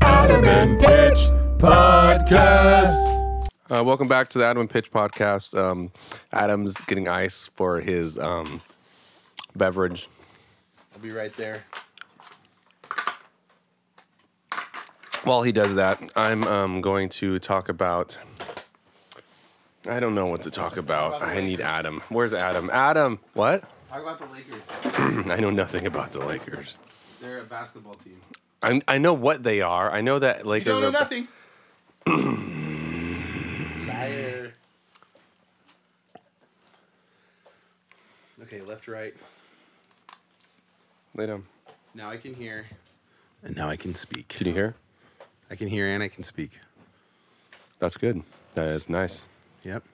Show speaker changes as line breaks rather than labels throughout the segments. Adam and Pitch Podcast.
Uh, welcome back to the Adam and Pitch podcast. Um, Adam's getting ice for his um, beverage. I'll be right there. While he does that, I'm um, going to talk about. I don't know what to talk about. I need Adam. Where's Adam? Adam, what?
Talk about the Lakers.
I know nothing about the Lakers.
They're a basketball team.
I I know what they are. I know that Lakers
Don't know
are.
nothing. Liar. Okay, left, right.
Lay down.
Now I can hear. And now I can speak.
Can you hear?
I can hear and I can speak.
That's good. That is nice.
Yep.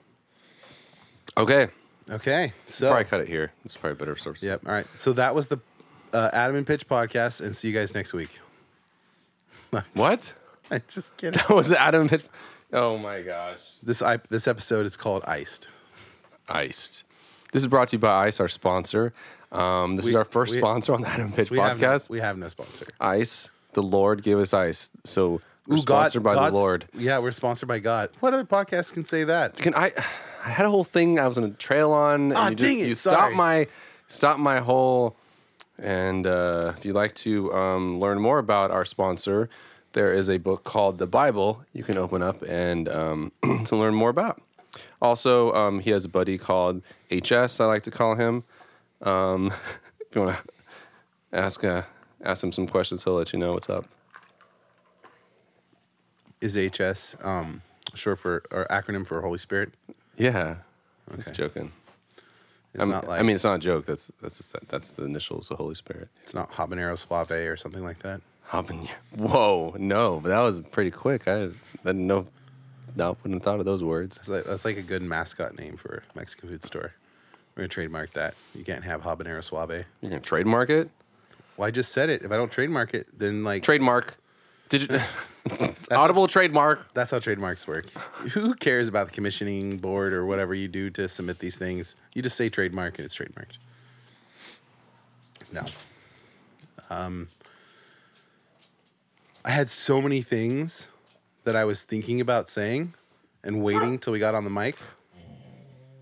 Okay.
Okay. So.
Probably cut it here. It's probably a better source.
Yep. All right. So that was the uh, Adam and Pitch podcast, and see you guys next week.
What?
I'm just kidding.
Was it Adam? Hit- oh my gosh.
this I, this episode is called Iced.
Iced. This is brought to you by Ice, our sponsor. Um, this is our first
we-
sponsor on the Adam Pitch
We have no-
podcast.
we have no sponsor.
ice. The Lord gave us ice. So we're
Ooh, God-
sponsored by
God's-
the Lord.
Yeah, we're sponsored by God. What other podcast can say that?
Can I? I had a whole thing I was in a trail on. And
Ah,
you just,
dang it,
You stopped
sorry.
my, stopped my whole. And uh, if you'd like to um, learn more about our sponsor, there is a book called The Bible you can open up and um, to learn more about. Also, um, he has a buddy called HS. I like to call him. Um, if you want to ask uh, ask him some questions, he'll let you know what's up.
Is HS um, short for or acronym for Holy Spirit?
Yeah, just joking.
It's
I'm-
not
Um,
like
I mean, it's not a joke. That's that's just- that's the initials, the Holy Spirit.
it's not habanero suave or something like that.
Habanero. Whoa, no, but that was pretty quick. I didn't know. No, wouldn't have thought of those words.
It's like, that's like a good mascot name for a Mexican food store. We're gonna trademark that. You can't have habanero suave.
You're gonna trademark it.
Well, I just said it. If I don't trademark it, then like
Trademark. Did you? Audible trademark.
That's how trademarks work. Who cares about the commissioning board or whatever you do to submit these things? You just say trademark and it's trademarked. No. Um, I had so many things that I was thinking about saying and waiting till we got on the mic.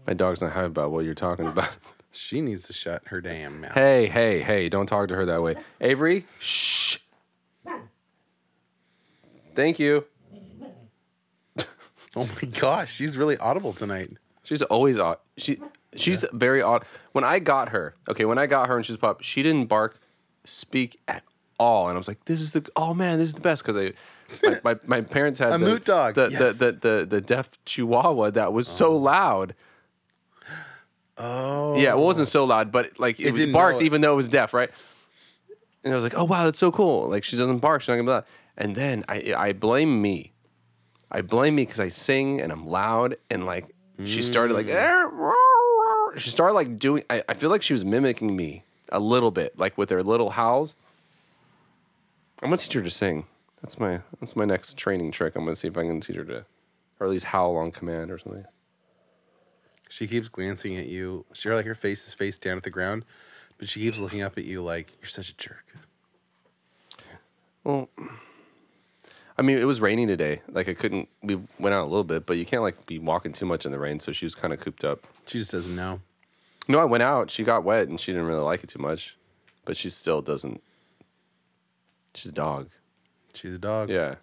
My dog's not happy about what you're talking about.
She needs to shut her damn mouth.
Hey, hey, hey! Don't talk to her that way, Avery. Shh. Thank you.
Oh my gosh, she's really audible tonight.
She's always odd. She she's very odd. When I got her, okay, when I got her and she's pop, she didn't bark, speak at all, and I was like, "This is the oh man, this is the best." Because I, my, my, my parents had
A
the,
moot dog,
the,
yes.
the, the the the deaf Chihuahua that was so loud.
Oh,
Yeah, well, it wasn't so loud, but like it,
didn't
barked
know it.
even though it was deaf, right? And I was like, "Oh wow, that's so cool!" Like she doesn't bark, she's not gonna be loud. And then I I blame me, I blame me because I sing and I'm loud and like she started like "Eh, roar,
Mm.
roar." she started like doing. I, I feel like she was mimicking me a little bit, like with her little howls. I'm gonna teach her to sing. That's my that's my next training trick. I'm gonna see if I can teach her to, or at least howl on command or something.
She keeps glancing at you. She like her face is face down at the ground, but she keeps looking up at you like you're such a jerk.
Well, I mean, it was raining today. Like I couldn't. We went out a little bit, but you can't like be walking too much in the rain. So she was kind of cooped up.
She just doesn't know.
No, I went out. She got wet, and she didn't really like it too much. But she still doesn't. She's a dog.
She's a dog.
Yeah.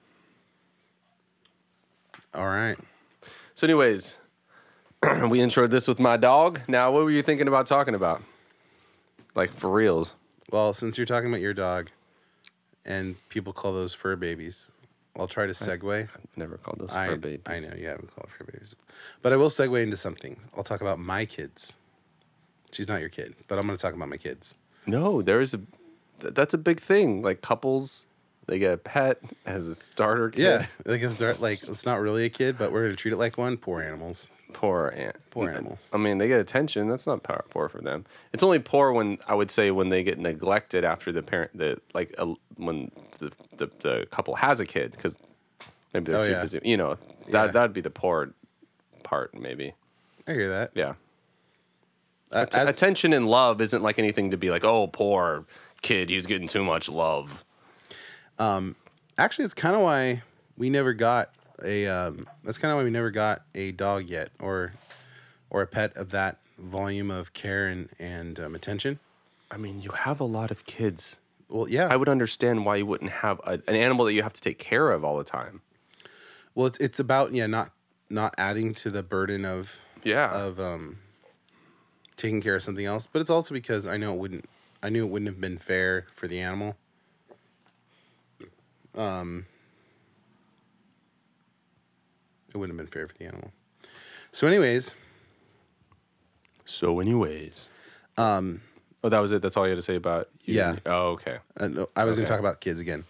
All right.
So, anyways, we introed this with my dog. Now, what were you thinking about talking about? Like for reals?
Well, since you're talking about your dog, and people call those fur babies, I'll try to segue.
Never called those
I,
fur babies.
I know you haven't called fur babies, but I will segue into something. I'll talk about my kids. She's not your kid, but I'm going to talk about my kids.
No, there is a. th- That's a big thing. Like couples, they get a pet as a starter kid.
Yeah, like it's not, like it's not really a kid, but we're going to treat it like one. Poor animals.
poor ant.
Poor animals.
I mean, they get attention. That's not power poor for them. It's only poor when I would say when they get neglected after the parent, the like a, when the, the the couple has a kid because maybe they're
Oh,
too
yeah.
busy. You know, that
Yeah.
that'd be the poor part, maybe.
I hear that.
Yeah,
Uh, as-
attention and love isn't like anything to be like, oh, poor kid, he's getting too much love.
Actually, it's kind of why we never got a. Um, that's kind of why we never got a dog yet, or or a pet of that volume of care and and um, attention.
I mean, you have a lot of kids.
Well, yeah.
I would understand why you wouldn't have a, an animal that you have to take care of all the time.
well, it's it's about yeah, not not adding to the burden of
Yeah.
of um taking care of something else, but it's also because I know it wouldn't. I knew it wouldn't have been fair for the animal. Um, it wouldn't have been fair for the animal. So, anyways,
so, anyways.
um,
Oh, that was it. That's all you had to say about you.
Yeah.
and- Oh, okay.
Uh, no, I was
Okay.
going to talk about kids again.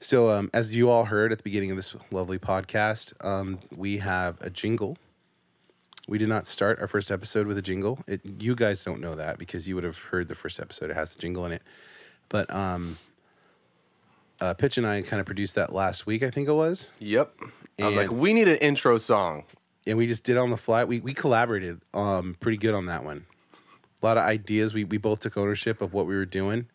So, um, as you all heard at the beginning of this lovely podcast, um, we have a jingle. We did not start our first episode with a jingle. It, you guys don't know that because you would have heard the first episode. It has a jingle in it. But um, uh, Pitch and I kind of produced that last week, I think it was.
Yep. I was like,
And-
we need an intro song.
And we just did on the fly. We, we collaborated um, pretty good on that one. A lot of ideas. We, we both took ownership of what we were doing.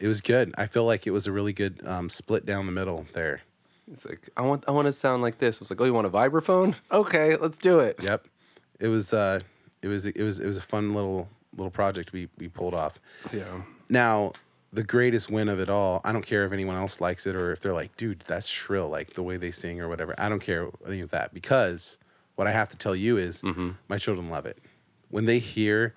It was good. I feel like it was a really good um, split down the middle there.
It's like, I want, I want to sound like this. I was like, oh, you want a vibraphone? Okay, let's do it.
Yep. It was uh it was it was it was a fun little little project we we pulled off.
Yeah.
Now, the greatest win of it all, I don't care if anyone else likes it or if they're like, dude, that's shrill, like the way they sing or whatever. I don't care any of that because what I have to tell you is
Mm-hmm.
my children love it. When they hear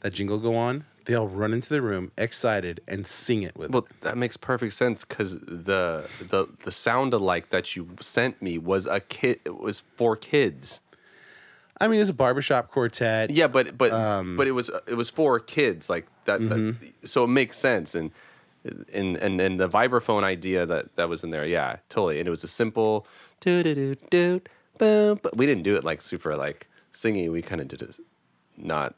that jingle go on, they'll run into the room excited and sing it with
Well, that makes perfect sense because the the the sound alike that you sent me was a kid. It was for kids.
I mean, it's a barbershop quartet.
Yeah, but but
Um,
but it was uh, it was for kids like that, that-
mm-hmm.
So it makes sense and and and and the vibraphone idea that that was in there. Yeah, totally. And it was a simple do do do do boom. But we didn't do it like super like singing. We kind of did it not.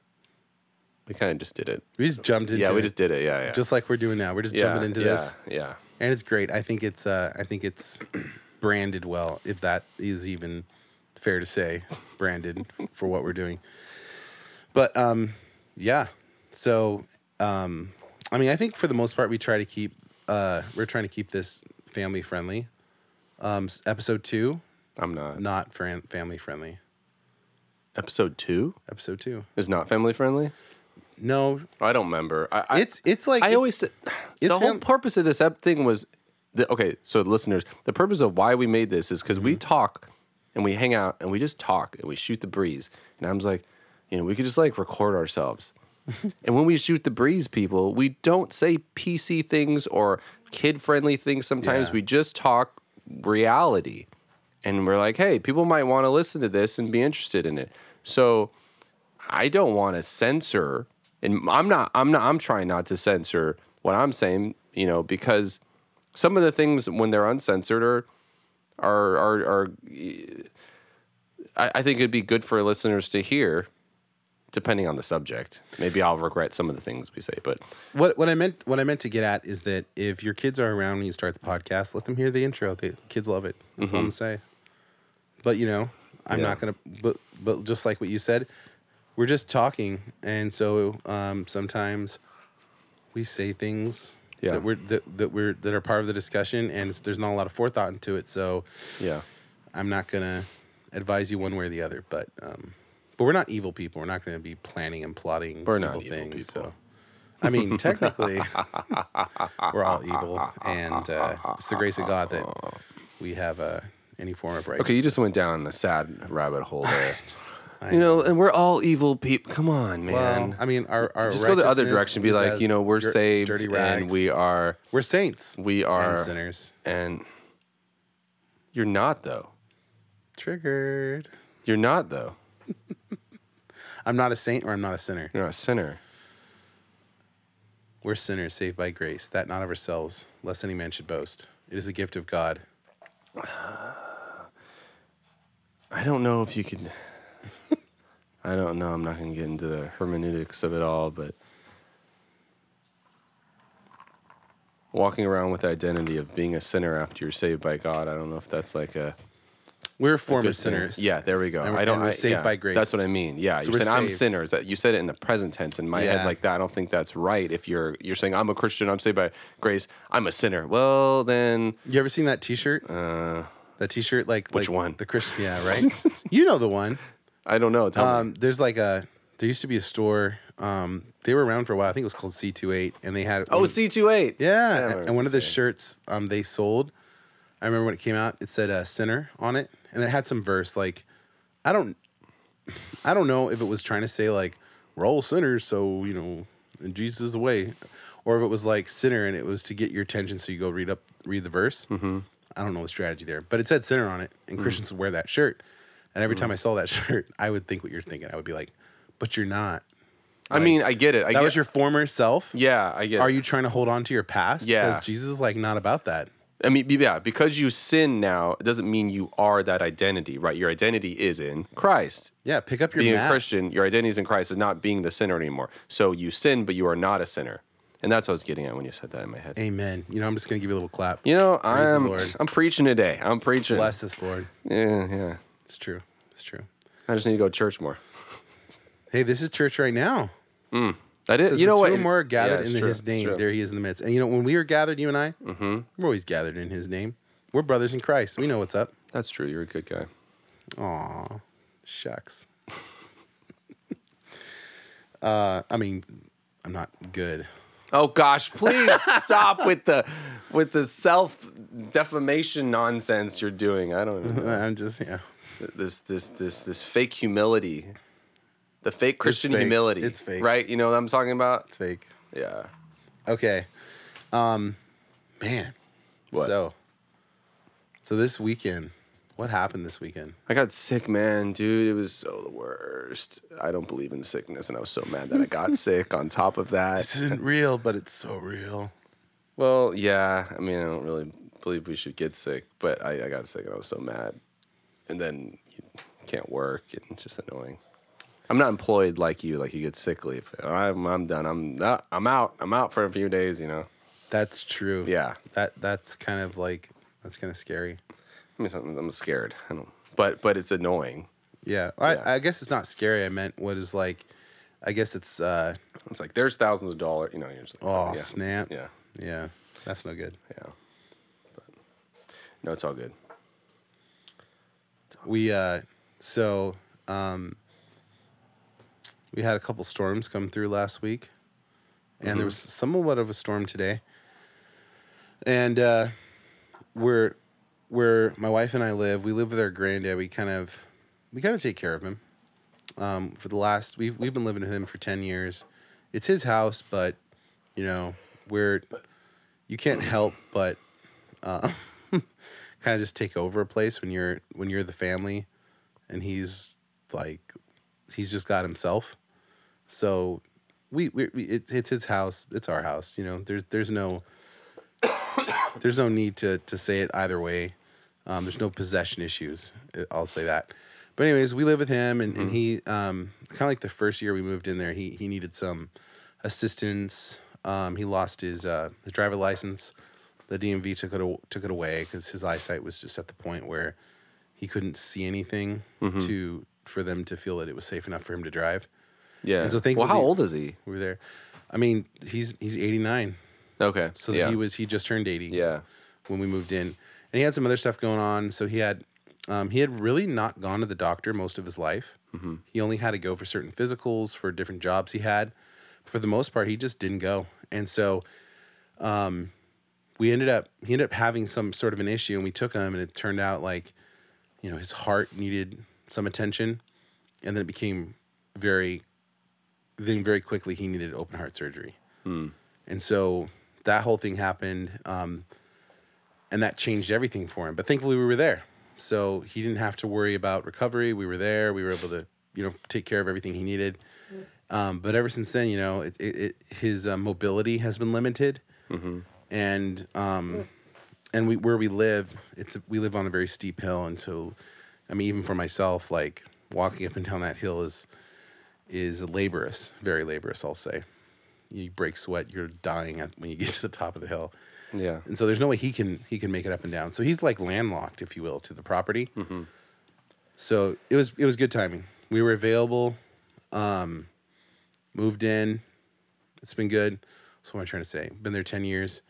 We kind of just did it.
We just jumped into
Yeah, we
it,
just did it. Yeah, yeah.
just like we're doing now. We're just
yeah,
jumping into
yeah,
this.
Yeah.
and it's great. I think it's uh, I think it's branded well, if that is even fair to say, branded for what we're doing. But um, yeah, so um, I mean, I think for the most part, we try to keep uh, we're trying to keep this family friendly. Um, s- episode two,
I'm not.
not fran- family friendly.
Episode two
Episode two,
is not family friendly.
no,
I don't remember. I, I,
it's it's like
I
it's-
always said the whole
fam-
purpose of this ep- thing was the, okay. So listeners, the purpose of why we made this is because
Mm-hmm.
we talk and we hang out and we just talk and we shoot the breeze. And I was like, you know, we could just like record ourselves. and when we shoot the breeze, people, we don't say PC things or kid friendly things. Sometimes
Yeah.
we just talk reality, and we're like, hey, people might want to listen to this and be interested in it. So I don't want to censor, and I'm not. I'm not. I'm trying not to censor what I'm saying. You know, because some of the things when they're uncensored are are are. are I, I think it'd be good for listeners to hear, depending on the subject. Maybe I'll regret some of the things we say, but
What what I meant what I meant to get at is that if your kids are around when you start the podcast, let them hear the intro. The kids love it. That's all I'm gonna say. But you know,
Mm-hmm.
I'm
Yeah.
not gonna. But but just like what you said, we're just talking, and so um, sometimes we say things
Yeah.
that we're that, that we're that are part of the discussion, and it's, there's not a lot of forethought into it. So
yeah,
I'm not gonna advise you one way or the other. But um, but we're not evil people. We're not gonna be planning and plotting
We're
evil
not evil
things.
people.
So I mean, technically, we're all evil, and uh, it's the grace of God that we have uh, any form of righteousness.
Okay, you just went down a sad rabbit hole there.
I
you know, and we're all evil people. Come on, man.
Well, I mean, our our
just go the other
righteousness
direction. Be
is
like,
as
you know, we're
dir-
saved
dirty
and
rags.
we are,
we're saints.
we are,
and sinners.
and you're not though.
Triggered.
You're not though.
I'm not a saint or I'm not a sinner.
You're not a sinner.
We're sinners saved by grace, that not of ourselves, lest any man should boast. It is a gift of God.
I don't know if you could. I don't know. I'm not going to get into the hermeneutics of it all, but walking around with the identity of being a sinner after you're saved by God, I don't know if that's like a
We're former
good sinner.
sinners.
Yeah, there we go.
And we're-
I don't.
and we're
I-
saved
yeah,
by grace.
That's what I mean. Yeah,
So
you're
we're
saying I'm
saved.
sinners. That you said it in the present tense. In my
Yeah.
head, like that, I don't think that's right. If you're you're saying I'm a Christian, I'm saved by grace. I'm a sinner. Well, then
You ever seen that T-shirt? Uh, that T-shirt, like
which
like
one?
The Christian, yeah, right. you know the one.
I don't know. Tell me.
Um, there's like a. There used to be a store. Um, they were around for a while. I think it was called C28, and they had
Oh, C two eight.
Yeah,
I
and-
remember
and one of the
C28.
shirts um, they sold, I remember when it came out, it said uh, "sinner" on it, and it had some verse like, I don't, I don't know if it was trying to say like, we're all sinners, so you know, and Jesus is the way, or if it was like "sinner" and it was to get your attention, so you go read up, read the verse. Mm-hmm. I don't know the strategy there, but it said "sinner" on it, and
Mm.
Christians would wear that shirt, and every time I saw that shirt, I would think what you're thinking. I would be like, but you're not.
I mean, I get it. I
That
get,
was your former self.
Yeah, I get.
Are
it.
you trying to hold on to your past?
Yeah.
Because Jesus is like not about that.
I mean, yeah, because you sin now it doesn't mean you are that identity, right? Your identity is in Christ.
Yeah, pick up your
being
mat.
a Christian, your identity is in Christ is not being the sinner anymore. So you sin, but you are not a sinner. And that's what I was getting at when you said that in my head.
Amen. You know, I'm just gonna give you a little clap.
You know,
the
I'm
Lord.
I'm preaching today. I'm preaching.
Bless us, Lord.
Yeah, yeah.
It's true. It's true.
I just need to go to church more.
Hey, this is church right now.
That
It
is,
says,
you know
"Where
what?
Two or more are
Yeah,
gathered
it's
in
true,
His
it's
name.
true.
There He is in the midst. And you know, when we are gathered, you and I, mm-hmm. we're always gathered in His name. We're brothers in Christ. We know what's up.
That's true. You're a good guy.
Aw, shucks. uh, I mean, I'm not good.
Oh gosh, please stop with the with the self defamation nonsense you're doing. I don't know.
I'm just yeah.
this this this this fake humility. The fake Christian
fake.
humility.
It's fake.
Right? You know what I'm talking about?
It's fake.
Yeah.
Okay. Um, man.
What?
So. So this weekend, what happened this weekend?
I got sick, man, dude. It was so the worst. I don't believe in sickness, and I was so mad that I got sick. On top of that,
isn't real, but it's so real.
well, yeah. I mean, I don't really believe we should get sick, but I, I got sick, and I was so mad. And then you can't work, and it's just annoying. I'm not employed like you. Like you get sick leave. I'm I'm done. I'm not, I'm out. I'm out for a few days. You know.
That's true.
Yeah.
That that's kind of like that's kind of scary.
I mean, something. I'm scared. I don't. But but it's annoying.
Yeah. I,
Yeah.
I guess it's not scary. I meant what is like. I guess it's uh
It's like there's thousands of dollars. You know. You're just like,
oh
yeah,
snap.
Yeah.
Yeah. That's no good.
Yeah. But no, it's all good.
We uh so um we had a couple storms come through last week. And there was somewhat of a storm today. And uh we're where my wife and I live, we live with our granddad. We kind of we kind of take care of him. Um for the last we've we've been living with him for 10 years. It's his house, but you know, we're you can't help but kind of just take over a place when you're when you're the family and he's like he's just got himself so we we, we it's it's his house it's our house you know there's there's no there's no need to to say it either way um, there's no possession issues I- i'll say that but anyways we live with him and, and he um, kind of like the first year we moved in there he he needed some assistance um, he lost his uh, his driver license the DMV took it aw- took it away because his eyesight was just at the point where he couldn't see anything to for them to feel that it was safe enough for him to drive.
Yeah.
And so think
well,
of
how
the-
old is he?
We were there. I mean, he's he's 89,
Okay.
so
yeah.
he was he just turned 80
Yeah.
when we moved in, and he had some other stuff going on. So he had um, he had really not gone to the doctor most of his life. He only had to go for certain physicals for different jobs he had. For the most part, he just didn't go, and so um, we ended up he ended up having some sort of an issue, and we took him, and it turned out like you know his heart needed some attention, and then it became very then very quickly he needed open heart surgery. And so that whole thing happened. Um, and that changed everything for him. But thankfully, we were there, so he didn't have to worry about recovery. We were there. We were able to, you know, take care of everything he needed. Um, but ever since then, you know, it, it, it, his uh, mobility has been limited, and um, and we where we live, it's we live on a very steep hill, and so, I mean, even for myself, like walking up and down that hill is is laborious, very laborious, I'll say. You break sweat, you're dying at, when you get to the top of the hill
Yeah.
and so there's no way he can he can make it up and down. So he's like landlocked, if you will, to the property. So it was it was good timing. We were available, um, moved in. It's been good. That's what am I trying to say? Been there ten years.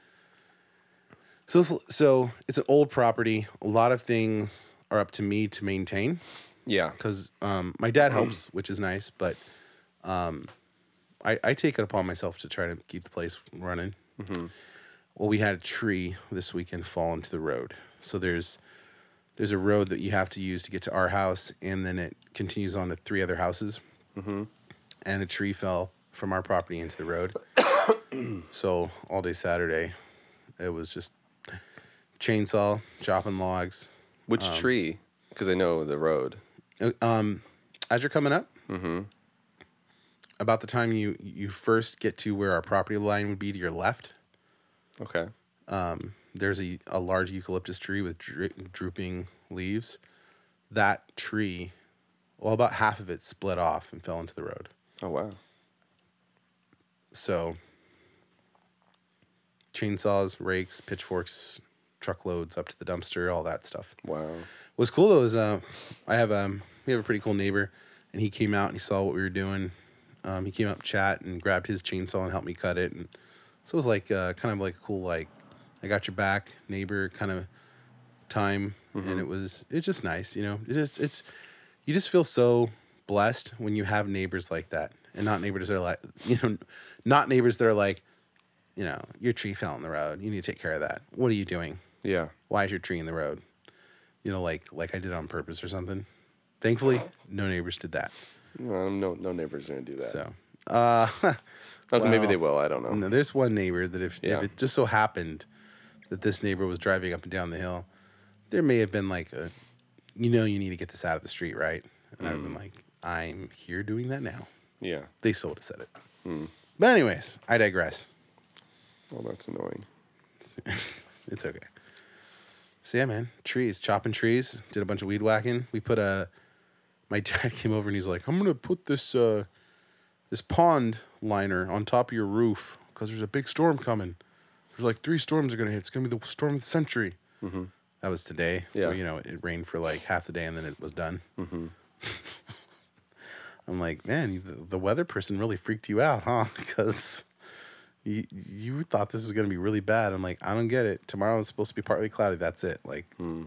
So this, so it's an old property. A lot of things are up to me to maintain
Yeah.
because um, my dad helps, which is nice. But um, I, I take it upon myself to try to keep the place running. Well, we had a tree this weekend fall into the road, so there's there's a road that you have to use to get to our house, and then it continues on to three other houses. And a tree fell from our property into the road. so all day Saturday, it was just chainsaw chopping logs.
Which tree? Because I know the road.
Uh, um, as you're coming up, about the time you you first get to where our property line would be to your left,
Okay.
there's a, a large eucalyptus tree with dri- drooping leaves. That tree, well, about half of it split off and fell into the road.
Oh wow.
So, chainsaws, rakes, pitchforks, truckloads up to the dumpster, all that stuff.
Wow.
What's cool though is uh, I have um we have a pretty cool neighbor, and he came out and he saw what we were doing. Um, he came up, chat, and grabbed his chainsaw and helped me cut it, and so it was like uh, kind of like a cool like I got your back neighbor kind of time, and it was it's just nice, you know. It just it's you just feel so blessed when you have neighbors like that, and not neighbors that are like you know, not neighbors that are like, you know, your tree fell in the road. You need to take care of that. What are you doing?
Yeah.
why is your tree in the road? You know, like like I did on purpose or something. Thankfully, no neighbors did that.
No, no, no neighbor's gonna do that.
So
Not that Maybe
wow.
they will. I don't know.
no, there's one neighbor that if,
Yeah.
if it just so happened that this neighbor was driving up and down the hill, there may have been like a, you know, you need to get this out of the street, right? And I've been like, I'm here doing that now.
Yeah.
They still would have said it. But anyways, I digress.
Well, that's annoying.
it's okay. So yeah, man, trees, chopping trees, did a bunch of weed whacking. We put a. My dad came over and he's like, "I'm gonna put this uh, this pond liner on top of your roof because there's a big storm coming. There's like three storms are gonna hit. It's gonna be the storm of the century." That was today.
Mm-hmm. Yeah. Mm-hmm.
Well, you know, it rained for like half the day and then it was done. I'm like, man, you- the, the weather person really freaked you out, huh? Because you, you thought this was going to be really bad. I'm like, I don't get it. Tomorrow is supposed to be partly cloudy. That's it. Like,
Hmm.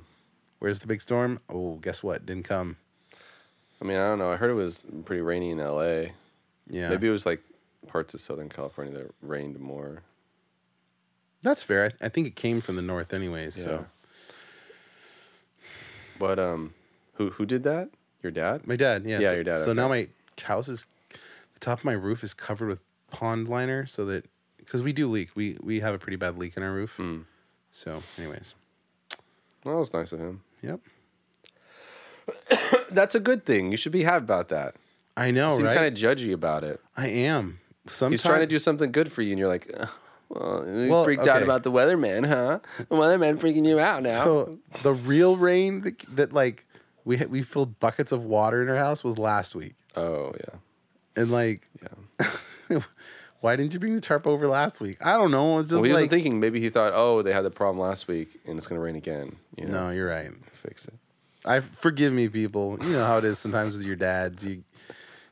where's the big storm? Oh, guess what? Didn't come.
I mean, I don't know. I heard it was pretty rainy in L.A.
Yeah.
Maybe it was like parts of Southern California that rained more.
That's fair. I, I think it came from the north anyways.
Yeah.
So
But um, who who did that? Your dad?
my dad, yeah.
Yeah,
so,
your dad,
So now my house is, the top of my roof is covered with pond liner so that, because we do leak. We, we have a pretty bad leak in our roof.
Hmm.
So, anyways,
Well, that was nice of him.
yep.
That's a good thing. You should be happy about that.
I know,
Seem
right?
kind of judgy about it.
I am. Sometimes
He's trying to do something good for you, and you're like, "Ugh, well, you
Well,
freaked out
okay.
about the weatherman, huh? The weatherman freaking you out now.
So the real rain that, that like we had- we filled buckets of water in our house was last week,
oh yeah,
and like,
yeah.
why didn't you bring the tarp over last week? I don't know. It's just
Well, he wasn't
like
thinking. Maybe he thought, oh, they had the problem last week, and it's gonna rain again. You know,
no, you're right.
fix it.
I forgive me, people. You know how it is sometimes with your dads. You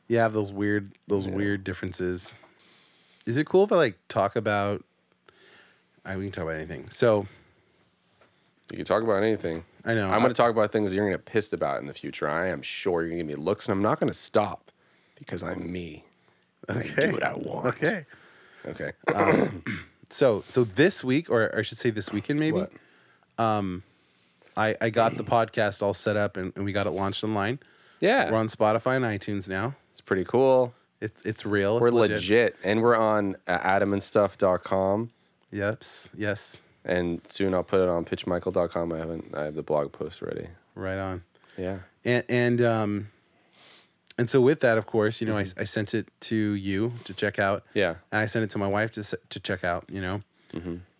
you have those weird those weird differences. Is it cool if I like talk about? I we can talk about anything. So
You can talk about anything.
I know
I'm going to talk about things that you're going to pissed about in the future. I am sure you're going to give me looks, and I'm not going to stop because I'm me.
okay.
do what I want.
Okay.
Okay.
so so this week or i should say this weekend maybe um,
What?
i i got the podcast all set up and, and we got it launched online
yeah,
we're on spotify and itunes now
it's pretty cool.
it, it's real
We're
it's
legit. and we're on uh, adamandstuff.com,
yep yes
and soon I'll put it on pitchmichael.com. I haven't. I have the blog post ready.
right on
Yeah.
and and um and so with that of course you know I, I sent it to you to check out
Yeah.
and i sent it to my wife to s- to check out you know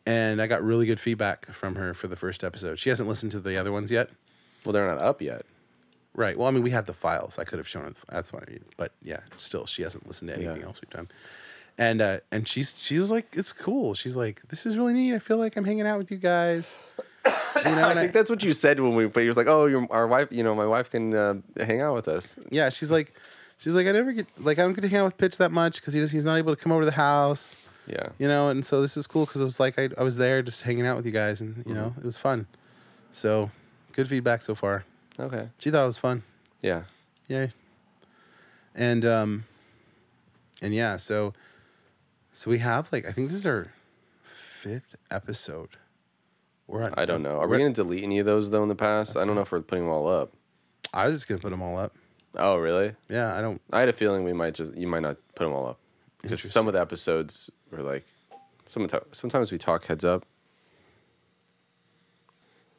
and i got really good feedback from her for the first episode she hasn't listened to the other ones yet
Well, they're not up yet.
Right. Well, I mean, we had the files. I could have shown her. The, that's what I mean. But yeah, still, she hasn't listened to anything
Yeah.
else we've done. And uh, and she's she was like, it's cool. She's like, this is really neat. I feel like I'm hanging out with you guys. You know,
I
and I-
think that's what you said when we. But you was like, "Oh, your our wife. You know, my wife can uh, hang out with us."
yeah, she's like, she's like, I never get like I don't get to hang out with Pitch that much because he just he's not able to come over to the house,
Yeah.
you know. And so this is cool because it was like I, I was there just hanging out with you guys, and you know
Mm-hmm.
it was fun. So good feedback so far.
Okay.
She thought it was fun.
Yeah.
Yay. And um and yeah, so so we have like I think this is our fifth episode. We're on,
I don't know. Are we
we're-
going to delete any of those though in the past? I don't know if we're putting them all up.
I was just gonna put them all up.
Oh, really?
Yeah, I don't
I had a feeling we might just you might not put them all up because some of the episodes were like sometimes sometimes we talk heads up.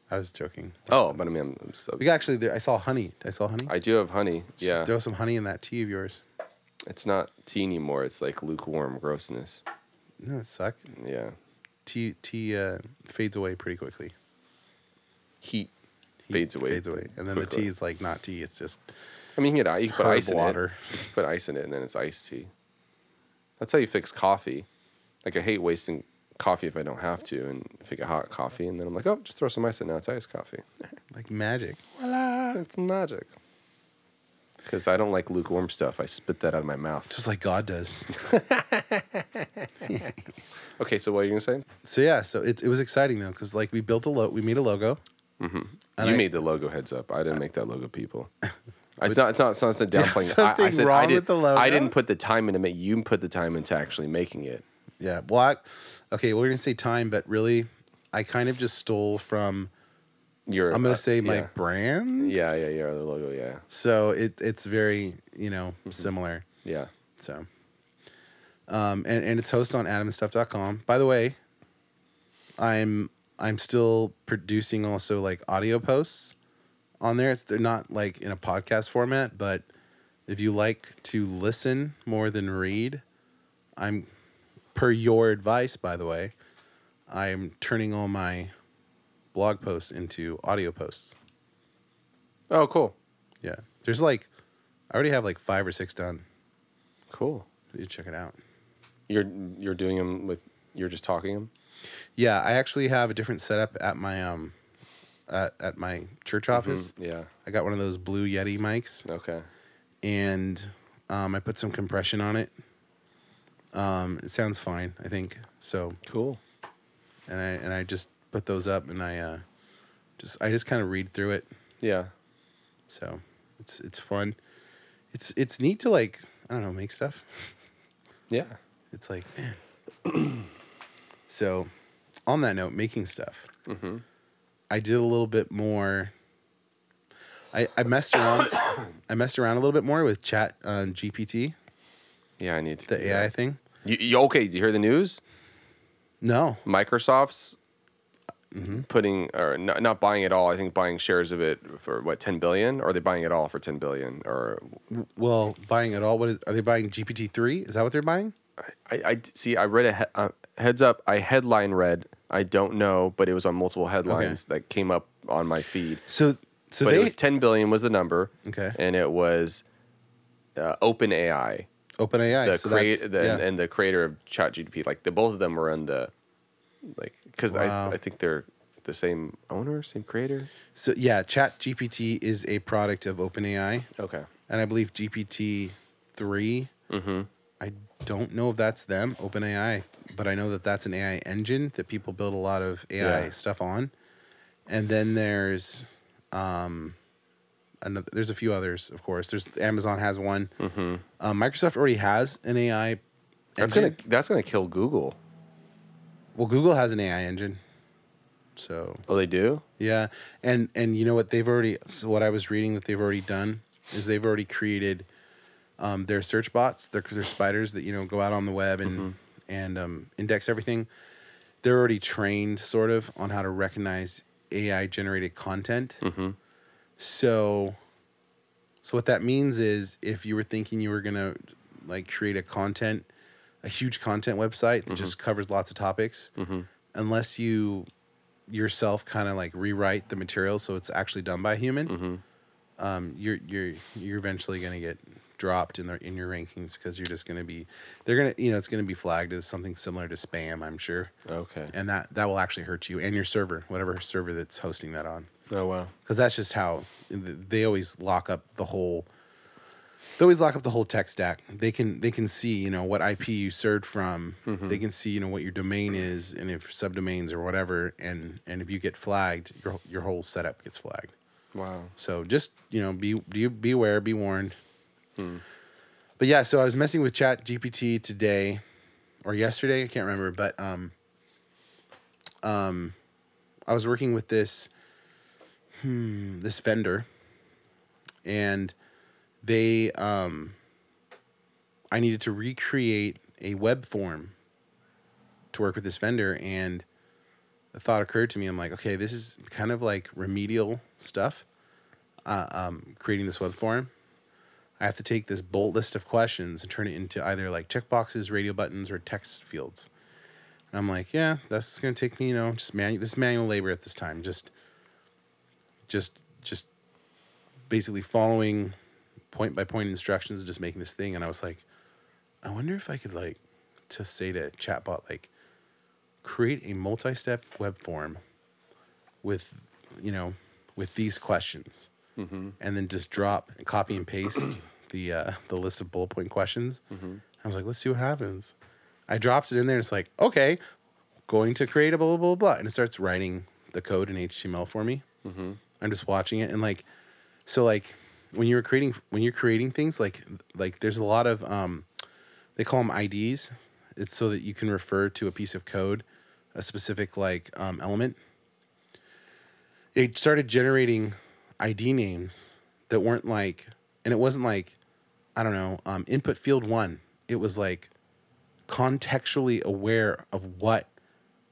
I was joking.
Oh, but I mean, I'm, I'm so,
We got actually there I saw honey. I saw honey.
I do have honey. Yeah,
There was some honey in that tea of yours.
it's not tea anymore. It's like lukewarm grossness.
Doesn't that suck?
Yeah,
Tea tea uh, fades away pretty quickly.
heat,
Heat
fades away.
Fades away. And then the
quickly.
tea is like not tea, it's just
I mean, you can get you can put
Herb
ice
water.
in it. You can put ice in it, and then it's iced tea. That's how you fix coffee. Like I hate wasting coffee if I don't have to, and if I get hot coffee, and then I'm like, oh, just throw some ice in. Now it's iced coffee.
like magic.
Voila, it's magic. Because I don't like lukewarm stuff. I spit that out of my mouth.
Just like God does.
okay, so what are you gonna say?
so yeah, so it, it was exciting though, because like we built a lo- we made a logo. And
you
I-
made the logo heads up. I didn't make that logo, people. It's not. It's not. It's not, it's not downplaying. I, I
something
said I
wrong
did,
with the logo?
I didn't put the time into make. You put the time into actually making it.
Yeah, well, I, okay, we're gonna say time, but really, I kind of just stole from.
Your.
I'm gonna
uh,
say my
yeah.
brand.
Yeah, yeah, yeah. The logo. Yeah,
So it it's very you know
Mm-hmm.
similar.
yeah.
So, um, and and it's hosted on AdamAndStuff.com. By the way, I'm I'm still producing also like audio posts on there. It's they're not like in a podcast format, but if you like to listen more than read, I'm per your advice. By the way, I'm turning all my blog posts into audio posts.
Oh, cool.
Yeah, there's like I already have like five or six done.
Cool.
You check it out.
You're you're doing them with. You're just talking them.
Yeah, I actually have a different setup at my um at, at my church
Mm-hmm.
office.
Mm, Yeah.
I got one of those blue Yeti mics
Okay.
and um, I put some compression on it. Um, it sounds fine, I think. So
Cool.
and I and I just put those up and I uh, just I just kind of read through it.
Yeah.
So it's it's fun. It's it's neat to like I don't know make stuff.
Yeah.
It's like man. so, on that note, making stuff.
Mm-hmm.
I did a little bit more. I, I messed around. I messed around a little bit more with Chat um, GPT,
Yeah. I need to.
the
do
AI
that.
thing.
You, you okay? Did you hear the news?
No,
Microsoft's Mm-hmm. putting or not, not buying it all. I think buying shares of it for what ten billion, or are they buying it all for ten billion? Or
well, buying it all. What is, are they buying? GPT three? Is that what they're buying?
I, I see. I read a he, uh, heads up. I headline read. I don't know, but it was on multiple headlines that came up on my feed.
So, so
but
they
it was ten billion was the number.
Okay.
and it was uh, Open AI,
open AI.
the
so
create
that's-
the,
yeah.
and the creator of ChatGPT. Like the both of them were on the like because
Wow.
I, I think they're the same owner, same creator.
so yeah, Chat GPT is a product of OpenAI,
Okay.
and I believe GPT 3
Mm-hmm.
I don't know if that's them, OpenAI, but I know that that's an AI engine that people build a lot of AI
Yeah.
stuff on. And then there's, um, another, there's a few others, of course. There's Amazon has one. Um, Microsoft already has an AI.
Mm-hmm. That's
engine.
gonna that's gonna kill Google.
Well, Google has an AI engine. So
Oh, they do.
Yeah, and and you know what they've already so what I was reading that they've already done is they've already created um, their search bots, their their spiders that you know go out on the web and and um, index everything. They're already trained sort of on how to recognize AI generated content. So, so what that means is if you were thinking you were gonna like create a content, a huge content website that just covers lots of topics, unless you yourself kind of like rewrite the material so it's actually done by a human, um, you're you're you're eventually gonna get dropped in their in your rankings because you're just going to be they're going to you know it's going to be flagged as something similar to spam, I'm sure.
Okay.
And that that will actually hurt you and your server, whatever server that's hosting that on
Oh wow.
because that's just how they always lock up the whole. They always lock up the whole tech stack. They can they can see you know what IP you served from. They can see you know what your domain is and if subdomains or whatever. And and if you get flagged, your your whole setup gets flagged.
Wow.
So just you know, be do you beware, be warned. But yeah, so I was messing with Chat GPT today or yesterday, I can't remember, but um, um, I was working with this hmm, this vendor, and they um, I needed to recreate a web form to work with this vendor, and the thought occurred to me. I'm like, okay, this is kind of like remedial stuff creating this web form, I have to take this bold list of questions and turn it into either like checkboxes, radio buttons, or text fields. And I'm like, yeah, that's gonna take me, you know, just manual this is manual labor at this time. Just just just basically following point by point instructions, just making this thing. And I was like, I wonder if I could like just say to chatbot, like, create a multi-step web form with you know, with these questions and then just drop and copy and paste the uh, the list of bullet point questions. I was like, let's see what happens. I dropped it in there. And it's like, okay, going to create a blah blah blah blah, and it starts writing the code in HTML for me. I'm just watching it and like, so like when you're creating when you're creating things like like there's a lot of um, they call them IDs. It's so that you can refer to a piece of code, a specific like um, element it started generating ID names that weren't like, and it wasn't like, I don't know, um, input field one. It was like contextually aware of what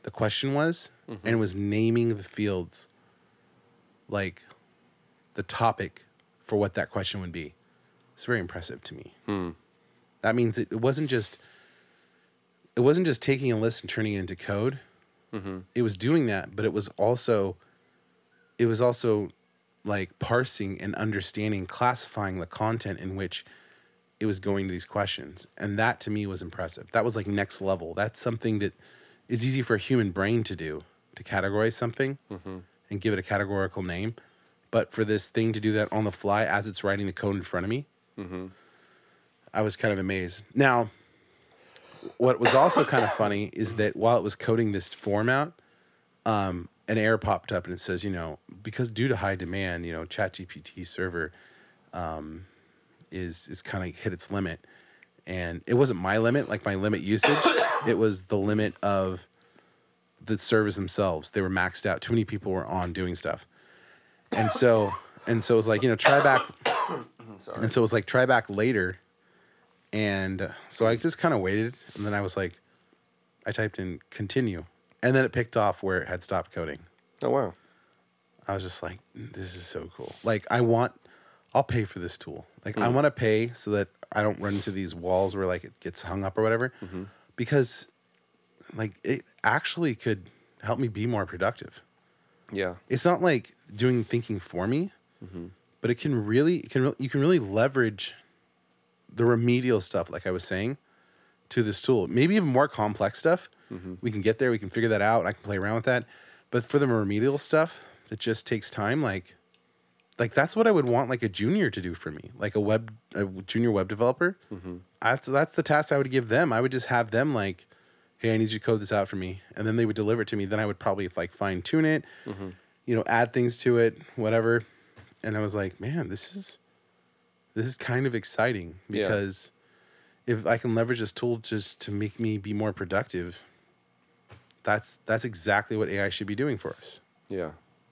the question was and was naming the fields like the topic for what that question would be. It's very impressive to me. That means it, it wasn't just it wasn't just taking a list and turning it into code. It was doing that, but it was also it was also like parsing and understanding, classifying the content in which it was going to these questions. And that to me was impressive. That was like next level. That's something that is easy for a human brain to do to categorize something and give it a categorical name. But for this thing to do that on the fly as it's writing the code in front of me, I was kind of amazed. Now, what was also kind of funny is that while it was coding this form out, an error popped up and it says, you know, because due to high demand, you know, ChatGPT server um, is is kind of hit its limit, and it wasn't my limit, like my limit usage, it was the limit of the servers themselves. They were maxed out. Too many people were on doing stuff, and so and so it was like you know try back, and so it was like try back later, and so I just kind of waited, and then I was like, I typed in continue, and then it picked off where it had stopped coding.
Oh wow.
I was just like, "Mm, this is so cool. Like, I want, I'll pay for this tool. Like, I want to pay so that I don't run into these walls where like it gets hung up or whatever, because like it actually could help me be more productive.
Yeah.
It's not like doing thinking for me, but it can really, it can re- you can really leverage the remedial stuff, like I was saying, to this tool. Maybe even more complex stuff. We can get there. We can figure that out. I can play around with that. But for the remedial stuff that just takes time, like, like that's what I would want like a junior to do for me, like a web, a junior web developer. That's that's the task I would give them. I would just have them like, hey, I need you to code this out for me, and then they would deliver it to me. Then I would probably like fine tune it, you know, add things to it, whatever. And I was like, man, this is this is kind of exciting
Yeah.
because if I can leverage this tool just to make me be more productive, that's that's exactly what AI should be doing for us.
Yeah.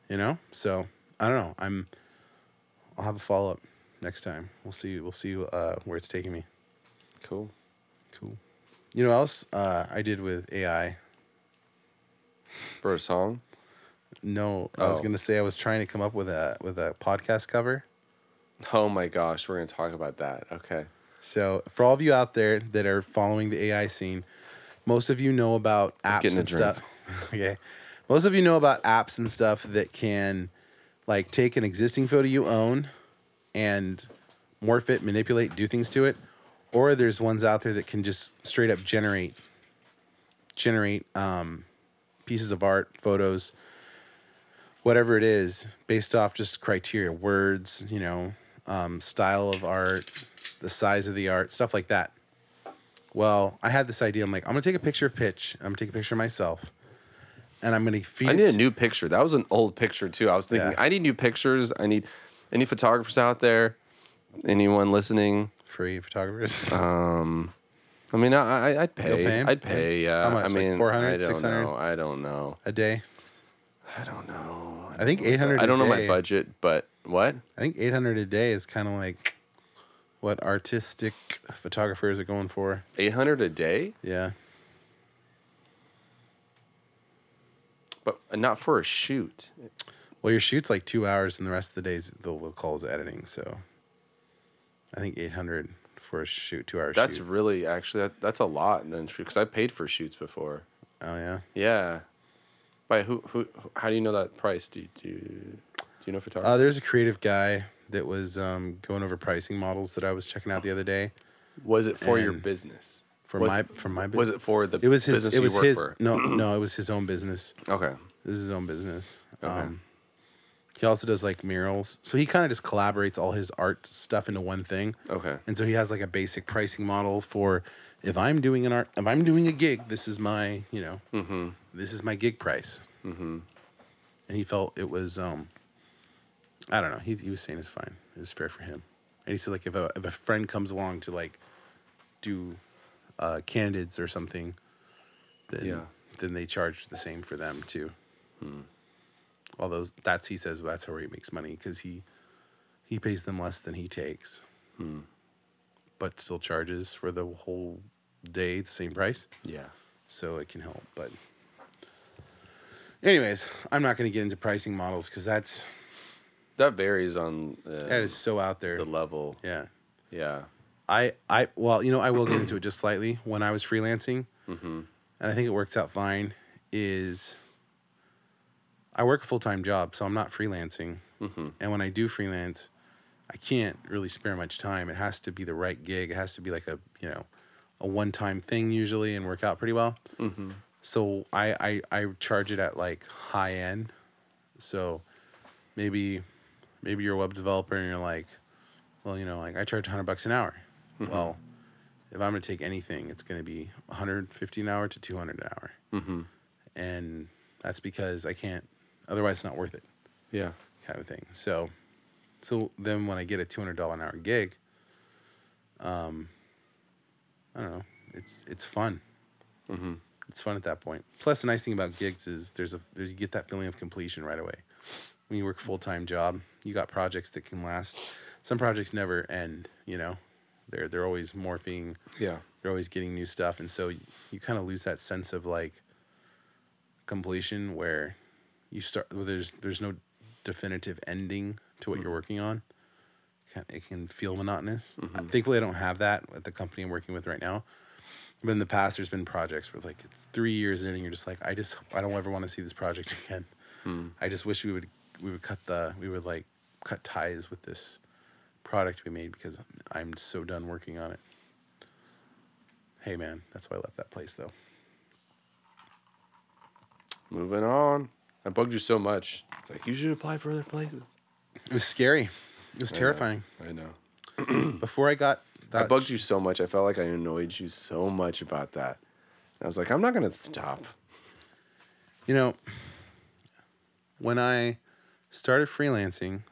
You know? So I don't know. I'm I'll have a follow up next time. We'll see we'll see uh, where it's taking me.
Cool.
Cool. You know what else uh, I did with AI?
For a song.
No, I was
Oh.
gonna say I was trying to come up with a with a podcast cover.
Oh my gosh, we're gonna talk about that. Okay.
So for all of you out there that are following the AI scene, most of you know about apps
getting a
and
drink.
stuff. okay. Most of you know about apps and stuff that can like take an existing photo you own and morph it, manipulate, do things to it, or there's ones out there that can just straight up generate generate um, pieces of art, photos, whatever it is, based off just criteria, words, you know, um, style of art, the size of the art, stuff like that. Well, I had this idea. I'm like, I'm gonna take a picture of Pitch. I'm gonna take a picture of myself, and I'm gonna feed.
I
it
need a
to-
new picture. That was an old picture too. I was thinking
Yeah.
I need new pictures. I need any photographers out there, anyone listening.
free photographers.
Uh-huh. I mean, I, I I'd pay.
pay him?
I'd pay.
Yeah.
Yeah.
How much?
I
Like
mean,
400,
I don't
600?
know. I don't know.
a day.
I don't know.
I think 800
I don't
a
know my
day.
budget, but what?
I think 800 a day is kind of like what artistic photographers are going for.
800 a day?
Yeah.
But not for a shoot.
Well, your shoot's like two hours, and the rest of the days the will call is editing. So I think 800 for a shoot, two hours.
That's
shoot.
really actually that, that's a lot then because I paid for shoots before.
oh yeah.
Yeah. By who who how do you know that price? Do you, do you, do you know
Uh,
photography?
there's a creative guy that was um, going over pricing models that I was checking out the other day
was it for your
and-
business?
for
Was
my
it-
for my
Was it for the
It was his.
business
It
you
was
work
his.
for?
No, no, it was his own business.
Okay.
This is his own business. Um, he also does like murals. So he kind of just collaborates all his art stuff into one thing.
Okay.
And so he has like a basic pricing model for if I'm doing an art, if I'm doing a gig, this is my, you know, this is my gig price. Mm-hmm. And he felt it was, um, I don't know. He, he was saying it's fine. It was fair for him. And he says like if a, if a friend comes along to like do uh, candidates or something, then
Yeah.
then they charge the same for them too. Although that's he says that's where he makes money because he he pays them less than he takes, but still charges for the whole day the same price
Yeah.
so it can help. But, anyways, I'm not going to get into pricing models because that's
That varies on uh,
that is so out there.
the level.
Yeah,
Yeah.
I I well, you know, I will get into it just slightly when I was freelancing, and I think it works out fine. Is I work a full time job, so I'm not freelancing, and when I do freelance, I can't really spare much time. It has to be the right gig. It has to be like a you know a one time thing usually, and work out pretty well. So I, I I charge it at like high end. So maybe maybe you're a web developer and you're like, well, you know, like I charge 100 bucks an hour. Well, if I'm going to take anything, it's going to be 150 an hour to 200 an hour. And that's because I can't, otherwise, it's not worth it,
Yeah.
kind of thing. So, so then when I get a $200 an hour gig, um, I don't know, it's it's fun. It's fun at that point. Plus, the nice thing about gigs is there's a there, you get that feeling of completion right away. When you work a full time job, you got projects that can last. Some projects never end. You know, they're they're always morphing
Yeah.
they're always getting new stuff and so you, you kind of lose that sense of like completion where you start well, there's there's no definitive ending to what you're working on Can- it can feel monotonous thankfully i don't have that at the company i'm working with right now but in the past there's been projects where it's like it's three years in and you're just like i just i don't ever want to see this project again i just wish we would we would cut the we would like cut ties with this product we made because i'm so done working on it Hey man, that's why I left that place though.
Moving on. I bugged you so much. It's like you should apply for other places.
It was scary. It was terrifying.
I know.
Before Hmm. I got that
I bugged you so much. I felt like I annoyed you so much about that. And I was like, I'm not gonna stop.
you know, when I started freelancing,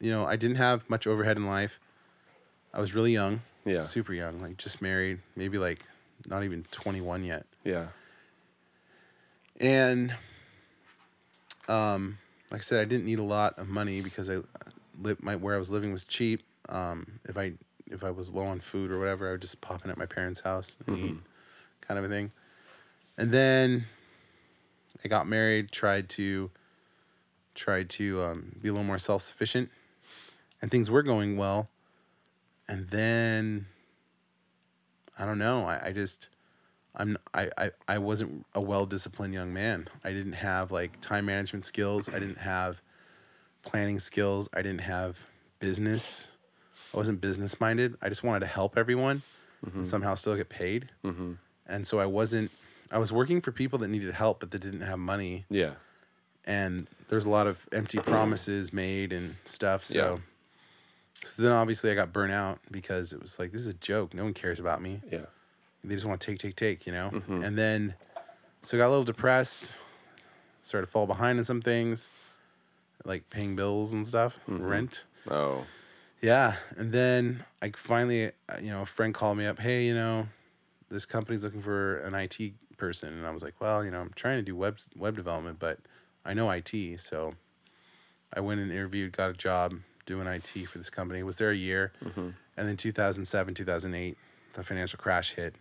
you know, I didn't have much overhead in life. I was really young.
Yeah.
Super young, like just married, maybe like not even 21 yet.
Yeah.
and um, like I said, I didn't need a lot of money because I lived my where I was living was cheap. Um, if I if I was low on food or whatever, I would just pop in at my parents' house and eat, kind of a thing. And then I got married, tried to tried to um, be a little more self sufficient, and things were going well. And then I don't know. I, I just I'm I, I, I wasn't a well disciplined young man. I didn't have like time management skills. I didn't have planning skills. I didn't have business. I wasn't business minded. I just wanted to help everyone and somehow still get paid. And so I wasn't. I was working for people that needed help, but that didn't have money.
Yeah.
And there's a lot of empty promises made and stuff. So.
Yeah.
So then obviously I got burnt out because it was like this is a joke. No one cares about me
Yeah.
they just want to take, take, take, you know? And then, so I got a little depressed, started to fall behind in some things, like paying bills and stuff, rent.
Oh.
Yeah. And then I finally, uh, you know, a friend called me up, hey, you know, this company's looking for an IT person. And I was like, well, you know, I'm trying to do web, web development, but I know IT. So I went and interviewed, got a job doing IT for this company. Was there a year? And then 2007, 2008, the financial crash hit.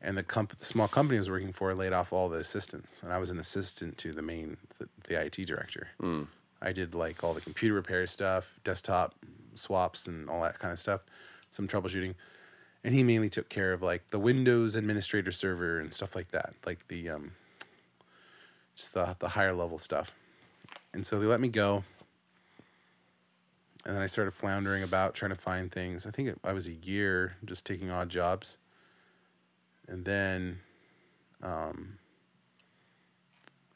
And the, comp- the small company I was working for laid off all the assistants. And I was an assistant to the main, the, the IT director. I did like all the computer repair stuff, desktop swaps, and all that kind of stuff, some troubleshooting. And he mainly took care of like the Windows administrator server and stuff like that, like the um, just the the higher level stuff. And so they let me go. And then I started floundering about trying to find things. I think it, I was a year just taking odd jobs. And then